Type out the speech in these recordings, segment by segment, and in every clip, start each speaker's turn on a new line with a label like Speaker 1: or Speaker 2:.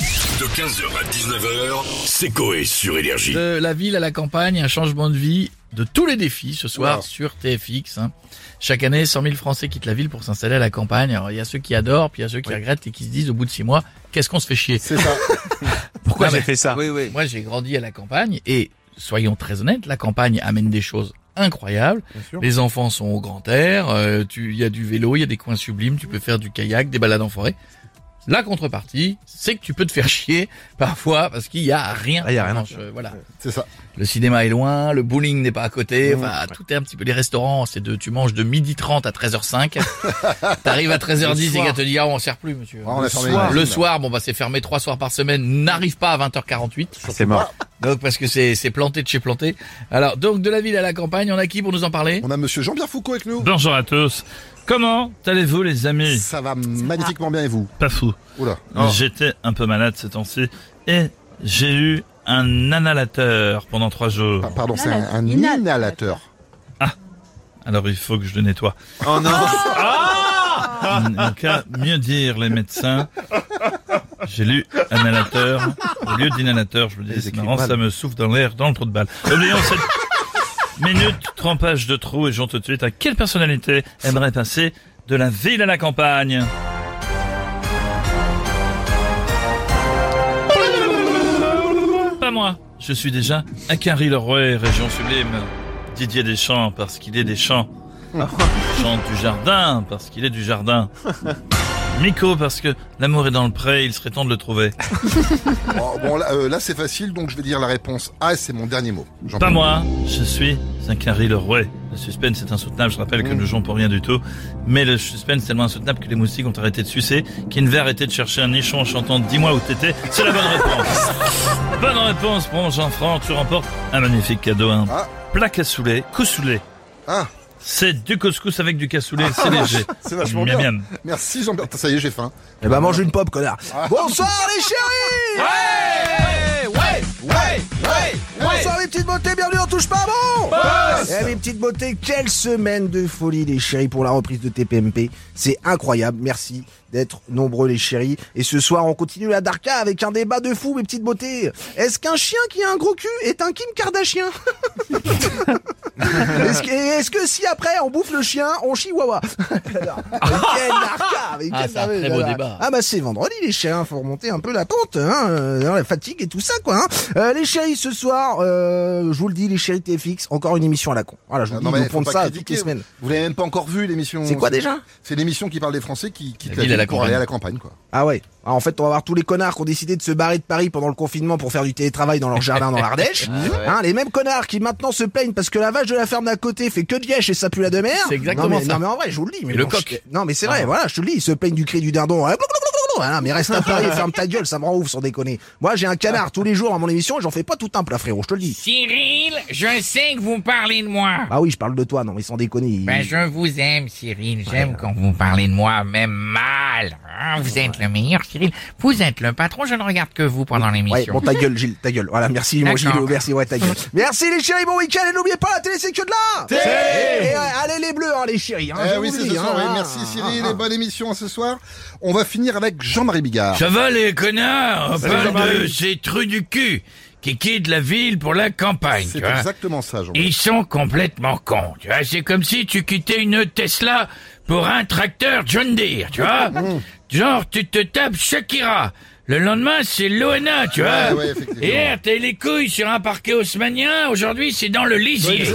Speaker 1: De 15h à 19h, c'est Coé sur Énergie.
Speaker 2: De la ville à la campagne, un changement de vie de tous les défis ce soir
Speaker 3: Wow.
Speaker 2: sur TFX. hein. Chaque année, 100 000 Français quittent la ville pour s'installer à la campagne. Alors, il y a ceux qui adorent, puis il y a ceux qui regrettent et qui se disent au bout de six mois, qu'est-ce qu'on se fait chier
Speaker 3: C'est ça.
Speaker 2: Pourquoi j'ai
Speaker 4: fait ça
Speaker 3: oui, oui.
Speaker 2: Moi, j'ai grandi à la campagne et soyons très honnêtes, la campagne amène des choses incroyables. Les enfants sont au grand air, euh, tu- il y a du vélo, il y a des coins sublimes, tu peux faire du kayak, des balades en forêt. La contrepartie, c'est que tu peux te faire chier parfois parce qu'il y a rien.
Speaker 4: Ah, il y a rien à
Speaker 2: en revanche, euh, voilà.
Speaker 3: C'est ça.
Speaker 2: Le cinéma est loin, le bowling n'est pas à côté,
Speaker 3: Mmh.
Speaker 2: enfin tout est un petit peu les restaurants, c'est de tu manges de 12h30 à 13h05. T'arrives à 13h10 et
Speaker 4: soir.
Speaker 2: gars te dit "Ah, on sert plus monsieur."
Speaker 3: Ah, on a
Speaker 2: le,
Speaker 3: fermé les
Speaker 2: soir,
Speaker 3: machines.
Speaker 2: le soir, bon bah c'est fermé trois soirs par semaine, n'arrive pas à 20h48.
Speaker 4: C'est mort.
Speaker 2: Donc parce que c'est c'est planté de chez planté. Alors donc de la ville à la campagne, on a qui pour nous en parler
Speaker 3: On a monsieur Jean-Pierre Foucault avec nous.
Speaker 5: Bonjour à tous. Comment allez-vous les amis
Speaker 3: Ça va magnifiquement bien et vous
Speaker 5: Pas fou.
Speaker 3: Oula.
Speaker 5: Oh. J'étais un peu malade ces temps-ci et j'ai eu un inhalateur pendant trois jours.
Speaker 3: Ah, pardon, c'est un, un inhalateur.
Speaker 6: Inhalateur.
Speaker 5: Alors il faut que je le nettoie.
Speaker 4: Oh non
Speaker 5: En cas, mieux dire les médecins. J'ai lu inhalateur. Au lieu d'inhalateur, je me dis,
Speaker 3: Ils
Speaker 5: c'est
Speaker 3: écrivent
Speaker 5: marrant,
Speaker 3: mal.
Speaker 5: ça me souffle dans l'air, dans le trou de balle. Oublions cette minute trempage de trou et j'en tout de suite à quelle personnalité aimerait passer de la ville à la campagne. Pas moi. Je suis déjà à Carry-le-Rouet, région sublime. Didier Deschamps, parce qu'il est des champs. Chante du jardin, parce qu'il est du jardin. Miko, parce que l'amour est dans le pré, il serait temps de le trouver.
Speaker 3: Oh, bon, là, euh, là, c'est facile, donc je vais dire la réponse A, c'est mon dernier mot. Jean-Pierre.
Speaker 5: Pas moi, je suis un carré le rouet. Le suspense est insoutenable, je rappelle
Speaker 3: Mm.
Speaker 5: que nous jouons pour rien du tout. Mais le suspense est tellement insoutenable que les moustiques ont arrêté de sucer. Ken va arrêter de chercher un nichon en chantant Dis-moi où t'étais. C'est la bonne réponse. bonne réponse, bon Jean-Franc, tu remportes un magnifique cadeau. hein. Un
Speaker 3: Ah.
Speaker 5: plat cassoulet, cousoulet.
Speaker 3: Ah.
Speaker 5: C'est du couscous avec du cassoulet, c'est léger.
Speaker 3: C'est vachement
Speaker 5: Miam,
Speaker 3: bien.
Speaker 5: miam.
Speaker 3: Merci Jean-Pierre. Ça y est, j'ai faim.
Speaker 4: Eh ben mange une pop, connard. Bonsoir les chéris Ouais Ouais Ouais Bonsoir les petites beautés, bienvenue en touche pas bon Eh mes petites beautés, quelle semaine de folie les chéris pour la reprise de TPMP. C'est incroyable, merci d'être nombreux les chéris. Et ce soir on continue la Darka avec un débat de fou mes petites beautés. Est-ce qu'un chien qui a un gros cul est un Kim Kardashian Est-ce que, est-ce que si après on bouffe le chien, on chihuahua Alors, mais quelle narca, mais
Speaker 2: Ah,
Speaker 4: quelle
Speaker 2: c'est un
Speaker 4: merveille,
Speaker 2: très beau
Speaker 4: voilà.
Speaker 2: débat.
Speaker 4: Ah bah c'est vendredi les chiens, faut remonter un peu la pente, hein, euh, la fatigue et tout ça quoi. hein. Euh, les chéris ce soir, euh, je vous le dis les chéris TFX, encore une émission à la con. Voilà, je vous
Speaker 3: Ah,
Speaker 4: dis, ils nous
Speaker 3: faut
Speaker 4: font
Speaker 3: pas
Speaker 4: ça
Speaker 3: critiquer.
Speaker 4: toutes les semaines.
Speaker 3: Vous l'avez même pas encore vu l'émission.
Speaker 4: C'est quoi déjà
Speaker 3: C'est l'émission qui parle des Français qui quittent
Speaker 2: ville à la
Speaker 3: pour
Speaker 2: campagne.
Speaker 3: aller à la campagne, quoi.
Speaker 4: Ah ouais. Ah, en fait, on va voir tous les connards qui ont décidé de se barrer de Paris pendant le confinement pour faire du télétravail dans leur jardin dans l'Ardèche.
Speaker 2: Ah
Speaker 4: Hein, les mêmes connards qui maintenant se plaignent parce que la vache de la ferme d'à côté fait que de lièche et ça pue la de mer.
Speaker 2: C'est exactement
Speaker 4: non, mais,
Speaker 2: ça.
Speaker 4: Non mais en vrai, je vous le dis. Mais
Speaker 2: Et le
Speaker 4: bon,
Speaker 2: coq. Ah.
Speaker 4: je- Non mais c'est vrai, voilà, je te le dis, ils se plaignent du cri du dindon. hein, voilà, mais reste à Paris et ferme ta gueule, ça me rend ouf sans déconner. Moi j'ai un canard tous les jours à mon émission et j'en fais pas tout un plat frérot, je te le dis.
Speaker 7: Cyril, je sais que vous parlez de moi.
Speaker 4: Bah oui, je parle de toi, non mais sans déconner. il-
Speaker 7: Ben, je vous aime, Cyril. J'aime quand vous parlez de moi, même mal. hein. vous êtes le meilleur, Cyril. Vous êtes le patron. Je ne regarde que vous pendant
Speaker 4: Ouais,
Speaker 7: l'émission.
Speaker 4: bon, ta gueule, Gilles, ta gueule. Voilà, merci, mon Gilles,
Speaker 7: D'accord.
Speaker 4: merci, ouais, ta gueule. merci, les chéris, bon week-end, et n'oubliez pas, la télé, c'est que de là! Et, euh, allez, les bleus, hein, les chéris, hein,
Speaker 3: Eh
Speaker 4: je
Speaker 3: oui,
Speaker 4: vous
Speaker 3: c'est
Speaker 4: le
Speaker 3: ce
Speaker 4: dis,
Speaker 3: soir.
Speaker 4: hein.
Speaker 3: oui. Merci Cyril et bonne émission ce soir. On va finir avec Jean-Marie Bigard.
Speaker 2: Ça va les connards On parle de
Speaker 3: Jean-Marie.
Speaker 2: ces trous du cul qui quittent la ville pour la campagne,
Speaker 3: C'est
Speaker 2: tu vois.
Speaker 3: exactement ça, Jean-Marie.
Speaker 2: Ils sont complètement cons, tu vois. C'est comme si tu quittais une Tesla pour un tracteur John Deere, tu vois.
Speaker 3: Hmm.
Speaker 2: Genre, tu te tapes Shakira. Le lendemain, c'est Loana, tu vois.
Speaker 3: Ah Ouais, ouais, effectivement.
Speaker 2: Hier, t'as les couilles sur un parquet haussmanien. Aujourd'hui, c'est dans le lisier.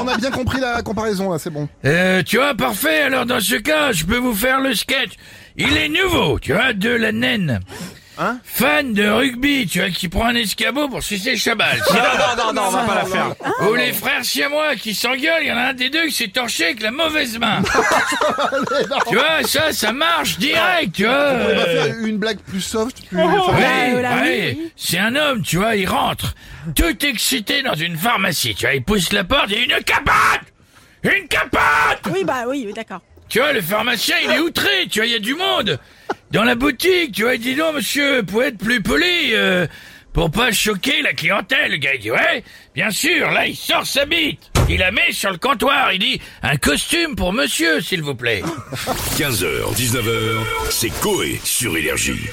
Speaker 3: On a bien compris la comparaison, là, c'est bon.
Speaker 2: Euh, tu vois, parfait. Alors, dans ce cas, je peux vous faire le sketch. Il est nouveau, tu vois, de la naine. Hein Fan de rugby, tu vois, qui prend un escabeau pour sucer Chabal.
Speaker 4: Ah, Non, non, on va pas la faire.
Speaker 2: Ou les frères siamois qui s'engueulent, il y en a un des deux qui s'est torché avec la mauvaise main. tu vois, ça, ça marche direct, tu vois.
Speaker 3: On va
Speaker 2: Euh,
Speaker 3: faire une blague plus soft, plus.
Speaker 2: oui,
Speaker 6: Euh, la
Speaker 2: oui.
Speaker 6: nuit, oui.
Speaker 2: c'est un homme, tu vois, il rentre, tout excité dans une pharmacie, tu vois, il pousse la porte, il y a une capote Une capote
Speaker 6: Oui, bah oui, oui, d'accord.
Speaker 2: Tu vois, le pharmacien, il est outré, tu vois, il y a du monde dans la boutique, tu vois, il dit non, monsieur, vous pouvez être plus poli, euh, pour pas choquer la clientèle. Le gars, il dit ouais, bien sûr, là, il sort sa bite, il la met sur le comptoir, il dit un costume pour monsieur, s'il vous plaît.
Speaker 1: 15h, 19h, c'est Coé sur Énergie.